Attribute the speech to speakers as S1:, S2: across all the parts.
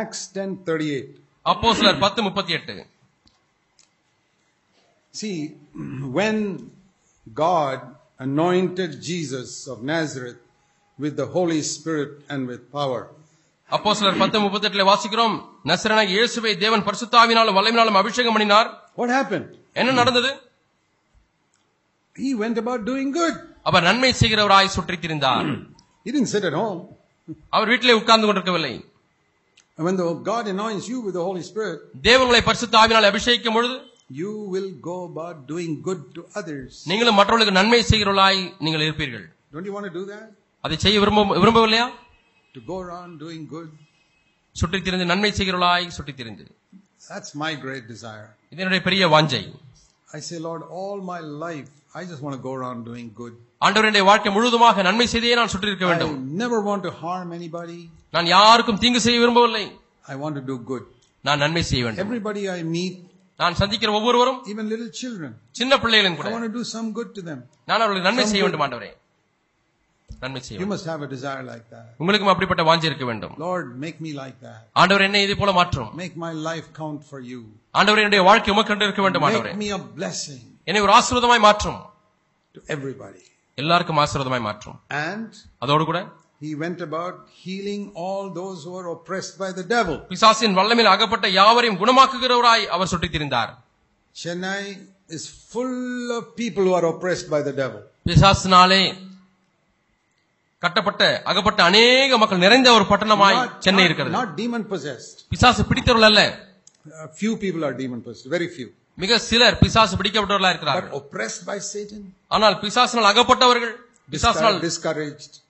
S1: Acts 10:38.
S2: அப்போ சிலர் பத்து முப்பத்தி எட்டு
S1: See, when God anointed Jesus of Nazareth with the Holy Spirit and with power,
S2: அப்போ சிலர் பத்து முப்பத்தி எட்டுல வாசிக்கிறோம் நசரனாக இயேசுவை தேவன் பரிசுத்தாவினாலும் வல்லமையினாலும் அபிஷேகம் பண்ணினார்
S1: what happened?
S2: என்ன நடந்தது
S1: He went about doing good.
S2: அவர் நன்மை செய்கிறவராய் சுற்றித் திரிந்தார்
S1: He didn't sit at home.
S2: அவர் வீட்டிலே உட்கார்ந்து கொண்டிருக்கவில்லை
S1: And when the, God anoints you with the Holy Spirit,
S2: தேவங்களை பரிசுத்தாவினால் அபிஷேகிக்கும் பொழுது
S1: you will go about doing good to others.
S2: நீங்களும் மற்றவர்களுக்கு நன்மை செய்கிறவர்களாய் நீங்கள் இருப்பீர்கள்
S1: Don't you want to do that?
S2: அதை செய்ய விரும்ப விரும்பவில்லையா
S1: To go around doing good?
S2: சுற்றித் திரிந்து நன்மை செய்கிறவர்களாய் சுற்றித் திரிந்து
S1: That's my great desire.
S2: இது என்னுடைய பெரிய வாஞ்சை
S1: I say, Lord, all my life, I just want to go around doing good.
S2: ஆண்டவர் என்னுடைய வாழ்க்கை முழுவதுமாக நன்மை செய்தே நான் சுற்றிருக்க
S1: I
S2: வேண்டும்
S1: never want to harm anybody.
S2: நான் யாருக்கும் தீங்கு செய்ய விரும்பவில்லை
S1: I want to do good.
S2: நான் நன்மை செய்ய வேண்டும்
S1: Everybody I meet,
S2: நான் சந்திக்கிற ஒவ்வொருவரும்
S1: even little children,
S2: சின்ன பிள்ளைகளும் கூட
S1: I want to do some good to them.
S2: நான் அவர்களுக்கு நன்மை செய்ய வேண்டும் ஆண்டவரே நன்மை செய்ய
S1: You
S2: வேண்டும்
S1: must have a desire like that.
S2: உங்களுக்கும் அப்படிப்பட்ட வாஞ்சி இருக்க வேண்டும்
S1: Lord, make me like that.
S2: ஆண்டவர் என்னை இதே போல மாற்றும்
S1: Make my life count for you.
S2: ஆண்டவர் என்னுடைய வாழ்க்கை உமக்கண்டு இருக்க வேண்டும் ஆண்டவரே
S1: Make me a blessing
S2: என்னை ஒரு ஆசீர்வாதமாய் மாற்றும்
S1: to everybody.
S2: எல்லாருக்கும் ஆசீர்வாதமாய் மாற்றும்
S1: And
S2: அதோடு கூட
S1: he went about healing all those who are oppressed by the devil.
S2: பிசாசின் வல்லமையில் அகப்பட்ட யாவரையும் குணமாக்குகிறவராய் அவர் சுற்றித் திரிந்தார்
S1: Chennai is full of people who are oppressed by the devil.
S2: பிசாசினாலே கட்டப்பட்ட அகப்பட்ட அநேக மக்கள் நிறைந்த ஒரு பட்டணமாய்
S1: Not-
S2: சென்னை
S1: not-
S2: இருக்கிறது
S1: Not demon possessed.
S2: பிசாசு பிடித்தவர்கள் அல்ல
S1: A few people are demon possessed, very few.
S2: மிக சிலர் பிசாசு பிடிக்கப்பட்டவர்களா
S1: But
S2: இருக்கிறார்கள்
S1: oppressed by Satan,
S2: ஆனால் பிசாசினால் அகப்பட்டவர்கள் பிசாசினால்
S1: discouraged, discouraged,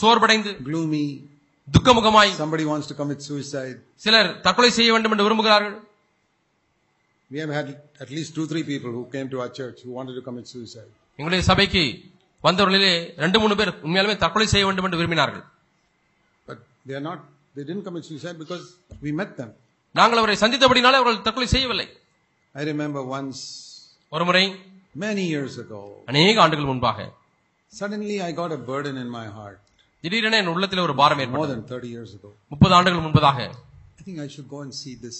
S2: சோர்வடைந்து
S1: gloomy,
S2: துக்கமுகமாய்
S1: somebody wants to commit suicide.
S2: சிலர் தற்கொலை செய்ய வேண்டும் என்று விரும்புகிறார்கள்
S1: We have had at least two, three people who came to our church who wanted to commit suicide.
S2: எங்களுடைய சபைக்கு வந்தவர்களிலே ரெண்டு மூணு பேர் உண்மையாலுமே தற்கொலை செய்ய வேண்டும் என்று விரும்பினார்கள்
S1: But they are not, they didn't commit suicide because we met them.
S2: நாங்கள் அவரை சந்தித்தபடினாலே அவர்கள் தற்கொலை செய்யவில்லை
S1: I remember once,
S2: ஒருமுறை
S1: many years ago,
S2: அநேக ஆண்டுகள் முன்பாக
S1: suddenly I got a burden in my heart,
S2: திடீரென என் உள்ளத்தில் ஒரு பாரம்
S1: more
S2: ஏற்பட்டது
S1: than 30 years ago.
S2: முப்பது ஆண்டுகள் முன்பதாக
S1: I think I should go and see this,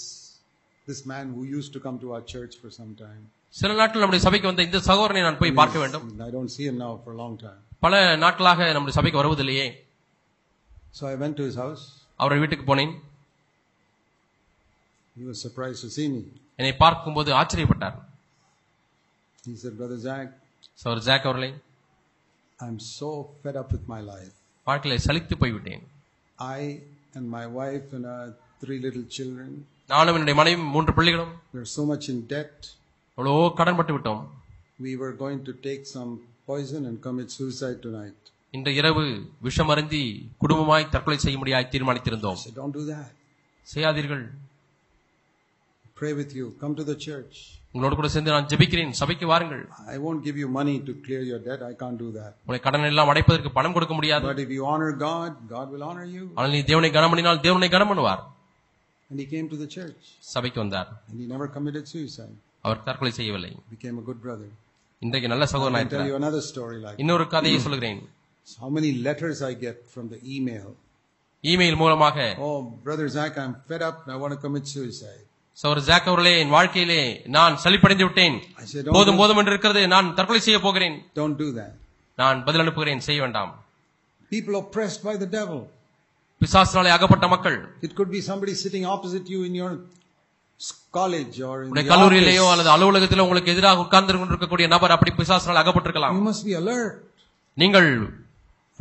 S1: this man who used to come to our church for some time.
S2: சில நாட்கள் நம்முடைய சபைக்கு வந்த இந்த சகோதரனை நான் போய் பார்க்க வேண்டும்
S1: I don't see him now for a long time.
S2: பல நாட்களாக நம்முடைய சபைக்கு வருவதில்லையே
S1: So I went to his house.
S2: அவருடைய வீட்டுக்கு போனேன்
S1: He was surprised to see me.
S2: என்னை பார்க்கும்போது ஆச்சரியப்பட்டார்
S1: He said, Brother Zach,
S2: சவர் ஜாக் அவர்களை
S1: I'm so fed up with my life.
S2: வாழ்க்கையில சலித்து போய்விட்டேன்
S1: I and my wife and our three little children,
S2: நானும் என்னுடைய மனைவி மூன்று பிள்ளைகளும்
S1: we're so much in debt.
S2: எவ்வளவோ கடன்பட்டு விட்டோம்
S1: We were going to take some poison and commit suicide tonight.
S2: இன்று இரவு விஷம் அருந்தி குடும்பமாய் தற்கொலை செய்ய முடியாய் தீர்மானித்திருந்தோம்
S1: I said, Don't do that.
S2: செய்யாதீர்கள்
S1: Pray with you. Come to the church.
S2: உங்களோடு கூட சேர்ந்து நான் ஜெபிக்கிறேன் சபைக்கு வாருங்கள்
S1: I won't give you money to clear your debt. I can't do that.
S2: உங்களை கடன் எல்லாம் அடைப்பதற்கு பணம் கொடுக்க முடியாது
S1: But if you honor God, God will honor you.
S2: ஆனால் நீ தேவனை கனம் பண்ணினால் தேவனை கனம் பண்ணுவார்
S1: And he came to the church
S2: சபைக்கு வந்தார்
S1: and he never committed suicide.
S2: அவர் தற்கொலை செய்யவில்லை
S1: Became a good brother.
S2: இன்றைக்கு நல்ல
S1: I'll
S2: சகோதரன்
S1: tell
S2: இருக்கிறார்
S1: you another story like that.
S2: இன்னொரு கதையை சொல்கிறேன்
S1: How many letters I get from the email.
S2: Email மூலமாக
S1: Oh, brother Zach, I'm fed up and I want to commit suicide.
S2: சவர் Zach அவர்களே என் வாழ்க்கையிலே நான் சலிப்படைந்து விட்டேன்
S1: I said, don't,
S2: போதும்
S1: do,
S2: போதும் என்று இருக்கிறது நான் தற்கொலை செய்ய போகிறேன்
S1: don't do that.
S2: நான் பதில் அனுப்புகிறேன் செய்ய வேண்டாம்
S1: People oppressed by the devil.
S2: பிசாசினாலே அகப்பட்ட மக்கள்
S1: It could be somebody sitting opposite you in your s- college or in
S2: உங்களுடைய
S1: the
S2: கல்லூரியிலேயோ
S1: office.
S2: அல்லது அலுவலகத்திலோ உங்களுக்கு எதிராக உட்கார்ந்து கொண்டிருக்கக்கூடிய நபர் அப்படி பிசாசினால் அகப்பட்டிருக்கலாம்
S1: You must be alert.
S2: நீங்கள்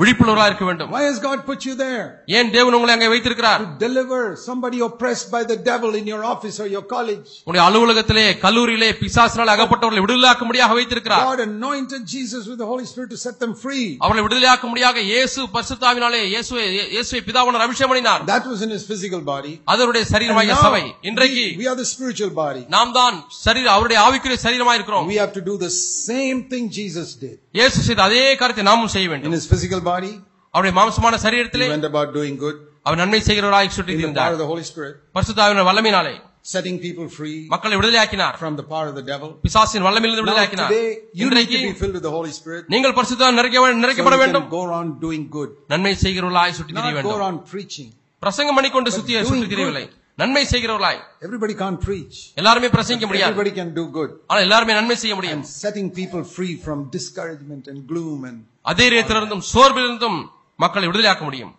S2: விழிப்புணர்வா இருக்க வேண்டும்
S1: Why has God put you there?
S2: ஏன் தேவன் உங்களை அங்கே வைத்திருக்கிறார்
S1: To deliver somebody oppressed by the devil in your office or your college.
S2: உங்களுடைய அலுவலகத்திலே கல்லூரியிலே பிசாசினால் அகப்பட்டவர்களை விடுதலாக்க முடியாக வைத்திருக்கிறார்
S1: God anointed Jesus with the Holy Spirit to set them free.
S2: அவர்களை விடுதலையாக்க முடியாக இயேசு பரிசுத்தாவினாலே இயேசுவை இயேசுவை பிதாவனர் அபிஷேகம் பண்ணினார்
S1: That was in his physical body.
S2: அதனுடைய
S1: And
S2: சரீரமாகிய
S1: now
S2: சபை இன்றைக்கு
S1: we, we are the spiritual body.
S2: நாம் தான் சரீர அவருடைய ஆவிக்குரிய சரீரமா இருக்கிறோம்
S1: We have to do the same thing Jesus did.
S2: இயேசு செய்த அதே காரியத்தை நாமும் செய்ய
S1: In
S2: வேண்டும்
S1: his physical body,
S2: அவருடைய மாம்சமான
S1: he
S2: சரீரத்திலே
S1: went about doing good
S2: அவர் நன்மை செய்கிறவராய் சுற்றி
S1: in the power
S2: இருந்தார்
S1: of the Holy Spirit,
S2: பரிசுத்தாவினர் வல்லமையினாலே
S1: setting people free
S2: மக்களை விடுதலையாக்கினார்
S1: from the power of the devil.
S2: பிசாசின் வல்லமையிலிருந்து
S1: Now,
S2: விடுதலையாக்கினார்
S1: today, you need
S2: இன்றைக்கு
S1: to be filled with the Holy Spirit
S2: நீங்கள் பரிசுத்தாவினால் நிறைக்க
S1: so you
S2: நிறைக்கப்பட வேண்டும்
S1: can go around doing good.
S2: நன்மை செய்கிறவர்களாய் சுற்றி திரிய
S1: Not go
S2: வேண்டும்
S1: around preaching.
S2: பிரசங்கம் பண்ணிக்கொண்டு சுத்திய
S1: doing
S2: சுற்றித் திரியவில்லை நன்மை செய்கிறவர்களாய்
S1: Everybody can't preach.
S2: எல்லாருமே பிரசங்கிக்க முடியாது
S1: Everybody can do good.
S2: ஆனா எல்லாருமே நன்மை செய்ய முடியும்
S1: And setting people free from discouragement and gloom and
S2: அதே இருந்தும் சோர்விலிருந்தும் மக்களை விடுதலையாக்க முடியும்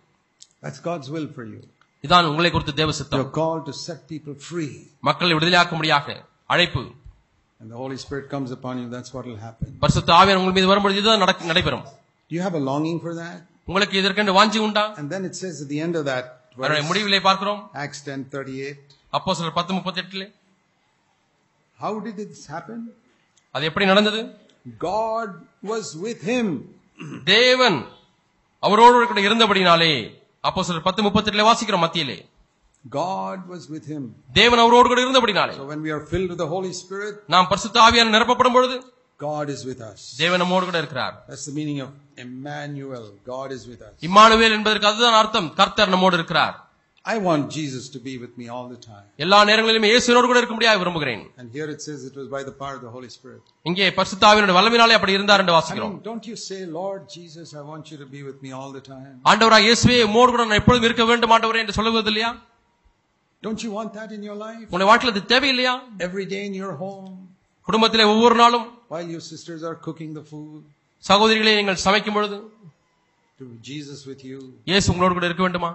S1: that's God's will for you.
S2: இதான் உங்களை குறித்து தேவ
S1: You're
S2: சித்தம்
S1: called to set people free.
S2: மக்களை விடுதலையாக்க முடியாக அழைப்பு
S1: And the Holy Spirit comes upon you, that's what will happen.
S2: பரிசுத்த ஆவியார் உங்கள் மீது வரும்பொழுது இதுதான் நடக்க- நடைபெறும்
S1: Do you have a longing for that?
S2: உங்களுக்கு இதற்கென்று வாஞ்சி உண்டா
S1: And then it says at the end of that
S2: அதனுடைய
S1: verse,
S2: முடிவிலே பார்க்கிறோம்
S1: Acts 10:38,
S2: அப்போ சிலர் பத்து முப்பத்தி எட்டுல
S1: how did this happen?
S2: அது எப்படி நடந்தது
S1: God was with him.
S2: தேவன் அவரோடு கூட இருந்தபடினாலே அப்போ சிலர் பத்து முப்பத்தி எட்டுல வாசிக்கிறோம் மத்தியிலே
S1: God was with him.
S2: தேவன் அவரோடு கூட இருந்தபடினாலே
S1: So when we are filled with the Holy Spirit,
S2: நாம் பரிசுத்த ஆவியால் நிரப்பப்படும் பொழுது
S1: God is with us.
S2: தேவன் நம்மோடு கூட இருக்கிறார்
S1: That's the meaning of Emmanuel. God is with us.
S2: Emmanuel என்பதற்கு அதுதான் அர்த்தம் கர்த்தர் நம்மோடு இருக்கிறார்
S1: I want Jesus to be with me all the time.
S2: எல்லா நேரங்களிலும் இயேசுவோடு கூட இருக்க முடியாது விரும்புகிறேன்
S1: And here it says it was by the power of the Holy Spirit.
S2: இங்கே பரிசுத்தாவினுடைய வல்லமையினாலே அப்படி இருந்தார் என்று
S1: I
S2: வாசிக்கிறோம்
S1: mean, don't you say, Lord Jesus, I want you to be with me all the time?
S2: ஆண்டவராக இயேசுவே உம்மோடு கூட நான் எப்பொழுதும் இருக்க வேண்டும் ஆண்டவரே என்று சொல்லுவது இல்லையா
S1: Don't you want that in your life?
S2: உங்களுடைய வாழ்க்கையில் அது தேவையில்லையா
S1: Every day in your home,
S2: குடும்பத்திலே ஒவ்வொரு நாளும்
S1: while your sisters are cooking the food,
S2: சகோதரிகளே நீங்கள் சமைக்கும் பொழுது
S1: to be Jesus with you.
S2: இயேசு உங்களோடு கூட இருக்க வேண்டுமா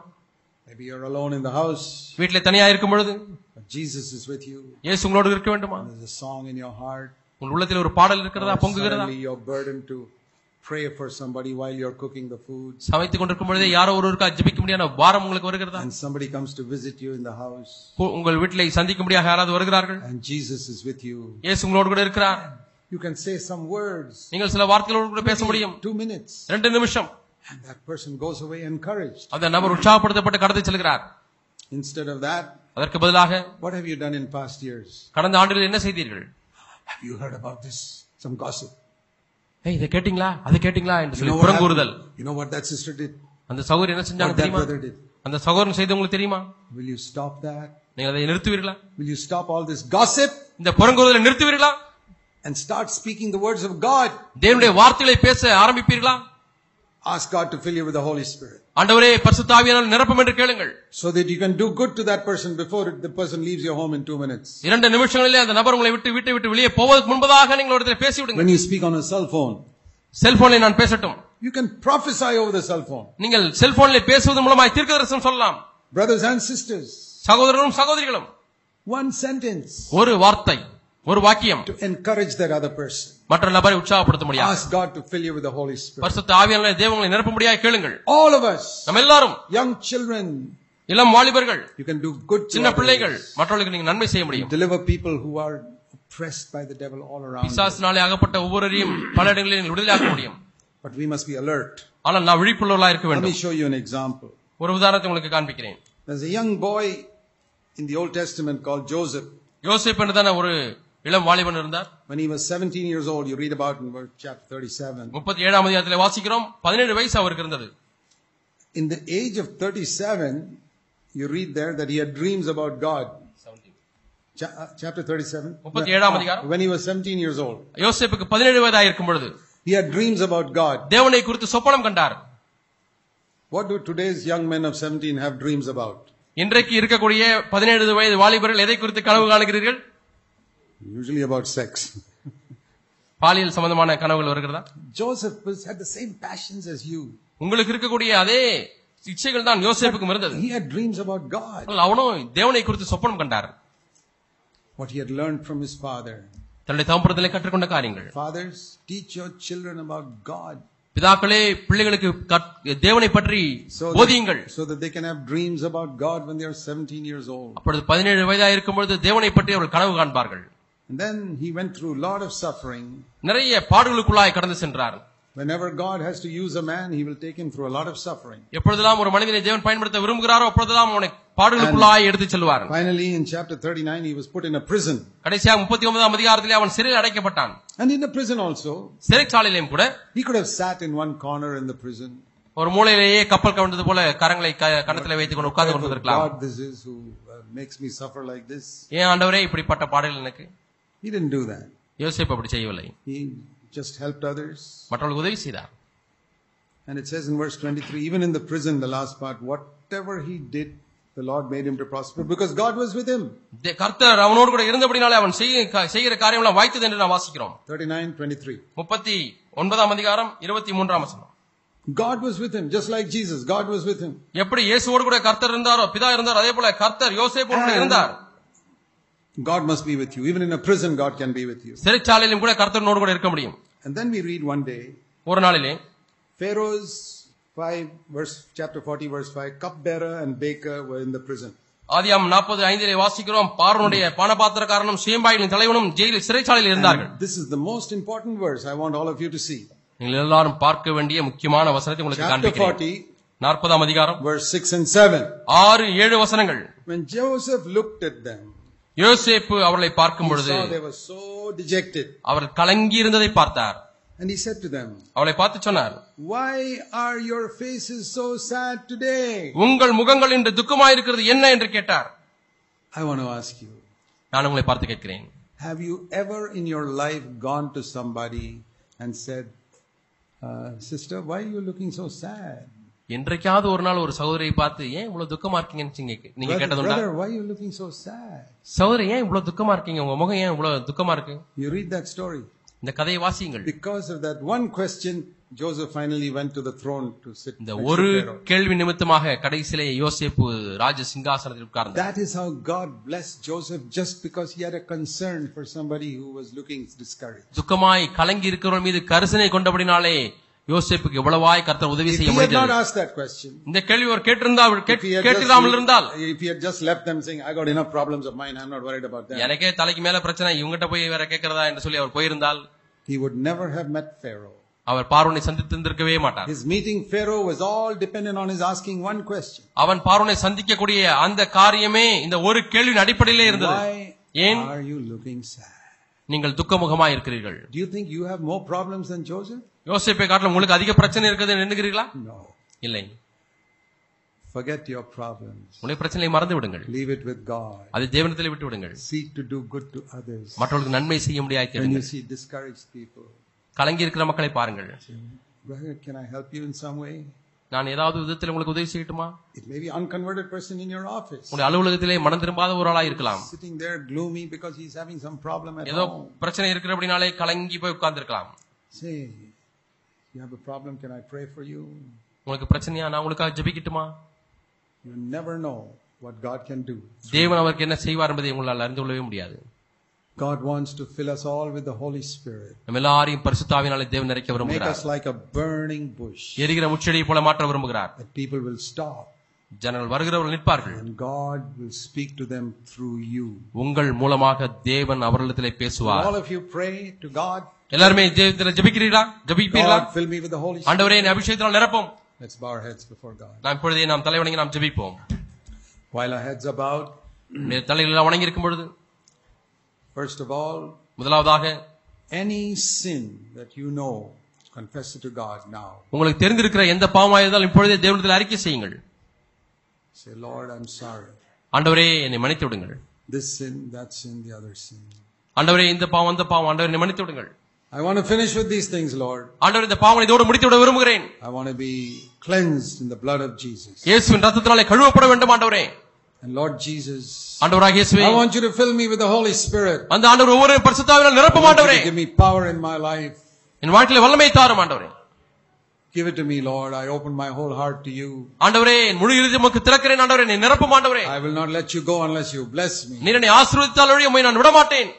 S1: Maybe you're alone in the house,
S2: வீட்டிலே தனியா இருக்கும் பொழுது
S1: but Jesus is with you.
S2: இயேசு உங்களோடு இருக்க வேண்டுமா
S1: There's a song in your heart.
S2: உங்கள் உள்ளத்தில் ஒரு பாடல் இருக்கிறதா பொங்குகிறதா
S1: Suddenly you're burdened to pray for somebody while you're cooking the food.
S2: சமைத்துக் கொண்டிருக்கும் பொழுதே யாரோ ஒருவருக்கா ஜெபிக்க முடியாத பாரம் உங்களுக்கு வருகிறதா
S1: And somebody comes to visit you in the house.
S2: உ- உங்கள் வீட்டிலே சந்திக்க முடியாத யாராவது வருகிறார்கள்
S1: And Jesus is with you.
S2: இயேசு உங்களோடு கூட இருக்கிறார்
S1: You can say some words.
S2: நீங்கள் சில வார்த்தைகளோடு கூட பேச முடியும்
S1: Two minutes.
S2: ரெண்டு நிமிஷம்
S1: And that person goes away encouraged.
S2: அந்த நபர் உற்சாகப்படுத்தப்பட்டு கடந்து செல்கிறார்
S1: Instead of that,
S2: அதற்கு பதிலாக
S1: what have you done in past years?
S2: கடந்த ஆண்டுகளில் என்ன செய்தீர்கள்
S1: Have you heard about this? Some gossip.
S2: ஏய் இதை கேட்டீங்களா அதை கேட்டீங்களா என்று சொல்லி
S1: what
S2: புறங்கூறுதல்
S1: happened? you know what that sister did?
S2: அந்த சகோதரி என்ன செஞ்சாங்க
S1: What that
S2: தெரியுமா
S1: brother did?
S2: அந்த சகோதரன் செய்து உங்களுக்கு தெரியுமா
S1: Will you stop that?
S2: நீங்கள் அதை நிறுத்துவீர்களா
S1: Will you stop all this gossip
S2: இந்த புறங்கூறுதலை நிறுத்துவீர்களா
S1: and start speaking the words of God?
S2: தேவனுடைய வார்த்தைகளை பேச ஆரம்பிப்பீர்களா
S1: Ask God to fill you with the Holy Spirit
S2: ஆண்டவரே பரிசுத்தாவியால் நிரப்பம் என்று கேளுங்கள்
S1: so that you can do good to that person before the person leaves your home in two minutes.
S2: இரண்டு நிமிஷங்களிலே அந்த நபர் உங்களை விட்டு வீட்டை விட்டு வெளியே போவதற்கு முன்பதாக நீங்கள் ஒருத்தர் பேசிவிடுங்கள்
S1: When you speak on a cell phone,
S2: செல்போனில் நான் பேசட்டும்
S1: you can prophesy over the cell phone.
S2: நீங்கள் செல்போனில் பேசுவதன் மூலமாய் தீர்க்கதரிசனம் சொல்லலாம்
S1: Brothers and sisters,
S2: சகோதரரும் சகோதரிகளும்
S1: one sentence
S2: ஒரு வார்த்தை ஒரு வாக்கியம்
S1: to encourage that other person.
S2: மற்ற நபரை உற்சாகப்படுத்த முடியாது
S1: Ask God to fill you with the Holy Spirit.
S2: பரிசுத்த ஆவியாளரை தேவங்களை நிரப்ப முடியாது கேளுங்கள்
S1: All of us,
S2: நம்ம எல்லாரும்
S1: young children,
S2: இளம் வாலிபர்கள்
S1: you can do good to
S2: சின்ன பிள்ளைகள்
S1: others.
S2: மற்றவர்களுக்கு நீங்க நன்மை செய்ய முடியும்
S1: Deliver people who are oppressed by the devil all around. you.
S2: பிசாசினாலே ஆகப்பட்ட ஒவ்வொருவரையும் பல இடங்களில் நீங்கள் விடுதலையாக்க முடியும்
S1: But we must be alert.
S2: ஆனால் நான் விழிப்புள்ளவர்களா இருக்க
S1: Let me
S2: வேண்டும்
S1: show you an example.
S2: ஒரு உதாரணத்தை உங்களுக்கு காண்பிக்கிறேன்
S1: There's a young boy in the Old Testament called Joseph.
S2: யோசிப்பு என்றுதான ஒரு இளம் வாலிபன் இருந்தார்
S1: When he was 17 years old, you read about in verse- chapter 37.
S2: முப்பத்தி ஏழாம் அதிகாரத்தில் வாசிக்கிறோம் பதினேழு வயசு அவருக்கு இருந்தது
S1: In the age of 37, you read there that he had dreams about God. Cha- uh, chapter 37.
S2: முப்பத்தி ஏழாம் அதிகாரம்.
S1: When he was 17 years old,
S2: யோசேப்புக்கு பதினேழு வயதாக இருக்கும் பொழுது
S1: he had dreams about God.
S2: தேவனை குறித்து சொப்பனம் கண்டார்
S1: What do today's young men of 17 have dreams about?
S2: இன்றைக்கு இருக்கக்கூடிய பதினேழு வயது வாலிபர்கள் எதை குறித்து கனவு காணுகிறீர்கள்
S1: Usually about sex.
S2: பாலியல் சம்பந்தமான கனவுகள் வருகிறதா
S1: Joseph was, had the same passions as you.
S2: உங்களுக்கு இருக்கக்கூடிய அதே இச்சைகள் தான் யோசேப்புக்கும் இருந்தது
S1: He had dreams about God.
S2: ஆனால் அவனும் தேவனை குறித்து சொப்பனம் கண்டார்
S1: What he had learned from his father.
S2: தன்னுடைய தாம்பரத்திலே கற்றுக்கொண்ட காரியங்கள்
S1: Fathers, teach your children about God.
S2: பிதாக்களே பிள்ளைகளுக்கு கற்- தேவனை பற்றி
S1: So
S2: போதியுங்கள்
S1: that, so that they can have dreams about God when they are 17 years old.
S2: அப்பொழுது பதினேழு வயதாக இருக்கும் பொழுது தேவனை பற்றி அவர்கள் கனவு காண்பார்கள்
S1: And then he went through a lot of suffering.
S2: நிறைய பாடுகளுக்குள்ளாய் கடந்து சென்றார்
S1: Whenever God has to use a man, he will take him through a lot of suffering.
S2: எப்பொழுதெல்லாம் ஒரு மனிதனை தேவன் பயன்படுத்த விரும்புகிறாரோ அப்பொழுதெல்லாம் அவனை பாடுகளுக்குள்ளாய் எடுத்துச் செல்வார்
S1: Finally, in chapter 39, he was put in a prison.
S2: கடைசியாக முப்பத்தி ஒன்பதாம் அதிகாரத்திலே அவன் சிறையில் அடைக்கப்பட்டான்
S1: And in the prison also,
S2: சிறைச்சாலையிலும் கூட
S1: he could have sat in one corner in the prison.
S2: ஒரு மூலையிலேயே கப்பல் கவிழ்ந்தது போல கரங்களை க- கணத்திலே வைத்துக் கொண்டு உட்கார்ந்து
S1: Type of
S2: கொண்டிருக்கலாம்
S1: God this is who uh, makes me suffer like this.
S2: ஏன் ஆண்டவரே இப்படிப்பட்ட பாடல்கள் எனக்கு
S1: He didn't do that.
S2: யோசிப்பு அப்படி செய்யவில்லை
S1: He just helped others.
S2: மற்றவர்களுக்கு உதவி செய்தார்
S1: And it says in verse 23, even in the prison, the last part, what whatever he did, the Lord made him to prosper because God was with him.
S2: தே- கர்த்தர் அவனோடு கூட இருந்தபடினாலே அவன் செய்ய- க- செய்கிற காரியம்லாம் வாய்த்தது என்று நாம் வாசிக்கிறோம்
S1: 39 23.
S2: முப்பத்தி ஒன்பதாம் அதிகாரம் இருபத்தி மூன்றாம் வசனம்
S1: God was with him, just like Jesus. God was with him.
S2: எப்படி இயேசுவோடு கூட கர்த்தர் இருந்தாரோ பிதா இருந்தார் அதே போல கர்த்தர் யோசேப்போடு கூட இருந்தார்
S1: God must be with you. Even in a prison, God can be with you.
S2: சிறைச்சாலையிலும் கூட கர்த்தர்னோடு கூட இருக்க முடியும்
S1: And then we read one day
S2: ஒரு நாளிலே
S1: Pharaoh's 5, verse, chapter 40, verse 5, cupbearer and baker were in the prison.
S2: ஆதியாம் நாற்பது ஐந்திலே வாசிக்கிறோம் பார்வனுடைய பணபாத்திரக்காரனும் சேம்பாயிலின் தலைவனும் ஜெயிலில் சிறைச்சாலையில் இருந்தார்கள்
S1: And this is the most important verse I want all of you to see.
S2: நீங்கள் எல்லாரும் பார்க்க வேண்டிய முக்கியமான வசனத்தை உங்களுக்கு
S1: Chapter
S2: காண்பிக்கிறேன்
S1: 40,
S2: நாற்பதாம் அதிகாரம்
S1: verse 6 and 7.
S2: ஆறு ஏழு வசனங்கள்
S1: When Joseph looked at them,
S2: யோசேப்பு அவர்களை பார்க்கும்
S1: he
S2: பொழுது
S1: saw they were so dejected.
S2: அவர் கலங்கி இருந்ததை பார்த்தார்
S1: And he said to them,
S2: அவளை பார்த்து சொன்னார்
S1: Why are your faces so sad today?
S2: உங்கள் முகங்கள் இன்று துக்கமாயிருக்கிறது என்ன என்று கேட்டார்
S1: I want to ask you,
S2: நான் உங்களை பார்த்து கேட்கிறேன்
S1: Have you ever in your life gone to somebody and said, uh, Sister, why are you looking so sad?
S2: என்றைக்காவது ஒரு நாள் ஒரு சகோதரியை பார்த்து ஏன் இவ்வளவு துக்கமா இருக்கீங்கன்னு நீங்க கே- நீங்க
S1: Brother,
S2: கேட்டதுண்டா
S1: brother, why are you looking so sad?
S2: சகோதரி ஏன் இவ்வளவு துக்கமா இருக்கீங்க உங்க முகம் ஏன் இவ்வளவு துக்கமா இருக்கு
S1: You read that story.
S2: இந்த கதையை வாசியுங்கள்
S1: Because of that one question, Joseph finally went to the throne to sit
S2: இந்த
S1: next to
S2: ஒரு
S1: Pharaoh.
S2: கேள்வி நிமித்தமாக கடைசியிலே யோசேப்பு ராஜ சிங்காசனத்தில் உட்கார்ந்தார்
S1: That is how God blessed Joseph just because he had a concern for somebody who was looking discouraged.
S2: துக்கமாய் கலங்கி இருக்கிறவர்கள் மீது கரிசனை கொண்டபடினாலே யோசேப்புக்கு எவ்வளவாய் கர்த்தர் உதவி
S1: If
S2: செய்ய
S1: he had not
S2: முடிந்தது
S1: asked that question,
S2: இந்த கேள்வி அவர் கேட்டிருந்தா அவர்
S1: if he, had just,
S2: கேட்டிராமல் இருந்தால்
S1: if he had just left them saying, I got enough problems of mine, I'm not worried about them,
S2: எனக்கே தலைக்கு மேல பிரச்சனை இவங்கிட்ட போய் வேற கேட்கறதா என்று சொல்லி அவர் போயிருந்தால்
S1: he would never have met Pharaoh.
S2: அவர் பார்வனை சந்தித்திருந்திருக்கவே மாட்டார்
S1: His meeting Pharaoh was all dependent on his asking one question.
S2: அவன் பார்வனை சந்திக்கக்கூடிய அந்த காரியமே இந்த ஒரு கேள்வியின் அடிப்படையிலே இருந்தது
S1: Why
S2: ஏன்
S1: are you looking sad?
S2: நீங்கள் துக்கமுகமாய் இருக்கிறீர்கள்
S1: Do you think you have more problems than Joseph?
S2: யோசேப்பை காட்டிலும் உங்களுக்கு அதிக பிரச்சனை இருக்குது நின்னுகிறீர்களா
S1: No.
S2: இல்லை
S1: Forget your problems.
S2: உங்களுடைய பிரச்சனையை மறந்து விடுங்கள்
S1: Leave it with God.
S2: அதை தேவனத்தில் விட்டு விடுங்கள்
S1: Seek to do good to others.
S2: மற்றவர்களுக்கு நன்மை செய்ய
S1: When you
S2: முடியாது
S1: see discouraged people,
S2: கலங்கி இருக்கிற மக்களை பாருங்கள்
S1: brother, can I help you in some way?
S2: நான் ஏதாவது விதத்தில் உங்களுக்கு உதவி செய்யட்டுமா
S1: It may be unconverted person in your office
S2: உங்களுடைய அலுவலகத்திலே மனம் திரும்பாத ஒரு ஆளா இருக்கலாம்
S1: sitting there gloomy because he's having some problem at
S2: ஏதோ
S1: home.
S2: பிரச்சனை இருக்கிற அப்படினாலே கலங்கி போய் உட்கார்ந்திருக்கலாம்
S1: Say, you have a problem, can I pray for you?
S2: உங்களுக்கு பிரச்சனையா நான் உங்களுக்காக ஜெபிக்கட்டுமா
S1: You never know what God can do.
S2: தேவன் அவருக்கு என்ன செய்வார் என்பதை உங்களால் அறிந்து கொள்ளவே முடியாது
S1: God wants to fill us all with the Holy Spirit.
S2: நம்ம எல்லாரையும் பரிசுத்தாவினாலே தேவன் நிறைக்க
S1: Make
S2: விரும்புகிறார்
S1: us like a burning bush
S2: எரிகிற முச்செடியை போல மாற்ற விரும்புகிறார்
S1: that people will stop
S2: ஜனங்கள் வருகிறவர்கள் நிற்பார்கள்
S1: and God will speak to them through you.
S2: உங்கள் மூலமாக தேவன் அவர்களிடத்திலே பேசுவார்
S1: All of you pray to God,
S2: எல்லாருமே தேவத்தில ஜெபிக்கிறீர்களா ஜெபிப்பீர்களா
S1: God fill me with the Holy Spirit.
S2: ஆண்டவரே என் அபிஷேகத்தினால் நிரப்பும்
S1: Let's bow our heads before God.
S2: நாம் இப்பொழுதே நாம் தலை வணங்கி நாம் ஜெபிப்போம்
S1: While our heads are bowed,
S2: தலையில் வணங்கி இருக்கும் பொழுது
S1: first of all,
S2: முதலாவதாக
S1: any sin that you know, confess it to God now.
S2: உங்களுக்கு தெரிந்திருக்கிற எந்த பாவமாக இருந்தாலும் இப்பொழுதே தேவனத்தில் அறிக்கை செய்யுங்கள்
S1: Say, Lord, I'm sorry.
S2: ஆண்டவரே என்னை மன்னித்து விடுங்கள்
S1: This sin, that sin, the other sin.
S2: ஆண்டவரே இந்த பாவம் அந்த பாவம் ஆண்டவரே என்னை மன்னித்து விடுங்கள்
S1: I want to finish with these things, Lord.
S2: ஆண்டவரே இந்த பாவனை இதோடு முடித்து விட விரும்புகிறேன்
S1: I want to be cleansed in the blood of Jesus.
S2: இயேசுவின் ரத்தத்தினாலே கழுவப்பட வேண்டும் ஆண்டவரே
S1: And Lord Jesus,
S2: ஆண்டவராக இயேசுவே
S1: I want you to fill me with the Holy Spirit.
S2: அந்த ஆண்டவர் ஒவ்வொரு பரிசுத்தாவினால்
S1: I
S2: நிரப்பும்
S1: want you
S2: ஆண்டவரே
S1: to give me power in my life.
S2: என் வாழ்க்கையில வல்லமை தாரும் ஆண்டவரே
S1: Give it to me, Lord. I open my whole heart to you.
S2: ஆண்டவரே என் முழு இறுதி உமக்கு திறக்கிறேன் ஆண்டவரே என்னை நிரப்பும் ஆண்டவரே
S1: I will not let you go unless you bless me.
S2: நீர் என்னை ஆசீர்வதித்தால் ஒழிய உம்மை நான் விட மாட்டேன்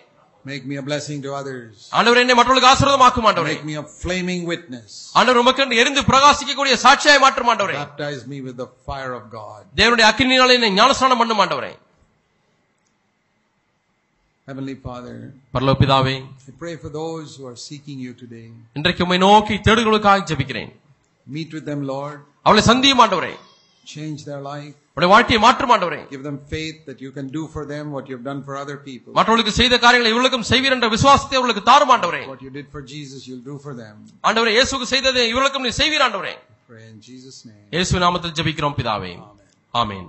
S1: Make me a blessing to others.
S2: ஆண்டவரே என்னை மற்றவர்களுக்கு ஆசீர்வாதமாக்கும் ஆண்டவரே
S1: Make me a flaming witness.
S2: ஆண்டவர் உமக்கு என்று எரிந்து பிரகாசிக்கக்கூடிய சாட்சியாய் மாற்றும் ஆண்டவரே
S1: Baptize me with the fire of God.
S2: தேவனுடைய அக்கினியாலே என்னை ஞானஸ்நானம் பண்ணும் ஆண்டவரே
S1: Heavenly Father,
S2: பரலோபிதாவே
S1: I pray for those who are seeking you today.
S2: இன்றைக்கு உம்மை நோக்கி தேடுகளுக்காக ஜெபிக்கிறேன்
S1: Meet with them, Lord.
S2: அவளை சந்தியும் ஆண்டவரே
S1: Change their life.
S2: உடைய வாழ்க்கையை மாற்றும் ஆண்டவரே
S1: Give them faith that you can do for them what you've done for other people.
S2: மற்றவர்களுக்கு செய்த காரியங்களை இவர்களுக்கும் செய்வீர் என்ற விசுவாசத்தை அவர்களுக்கு தாரும் ஆண்டவரே
S1: What you did for Jesus, you'll do for them.
S2: ஆண்டவரே இயேசுக்கு செய்ததை இவர்களுக்கும் நீ செய்வீர் ஆண்டவரே
S1: Pray in Jesus' name.
S2: இயேசு நாமத்தில் ஜெபிக்கிறோம் பிதாவே
S1: Amen.
S2: ஆமென்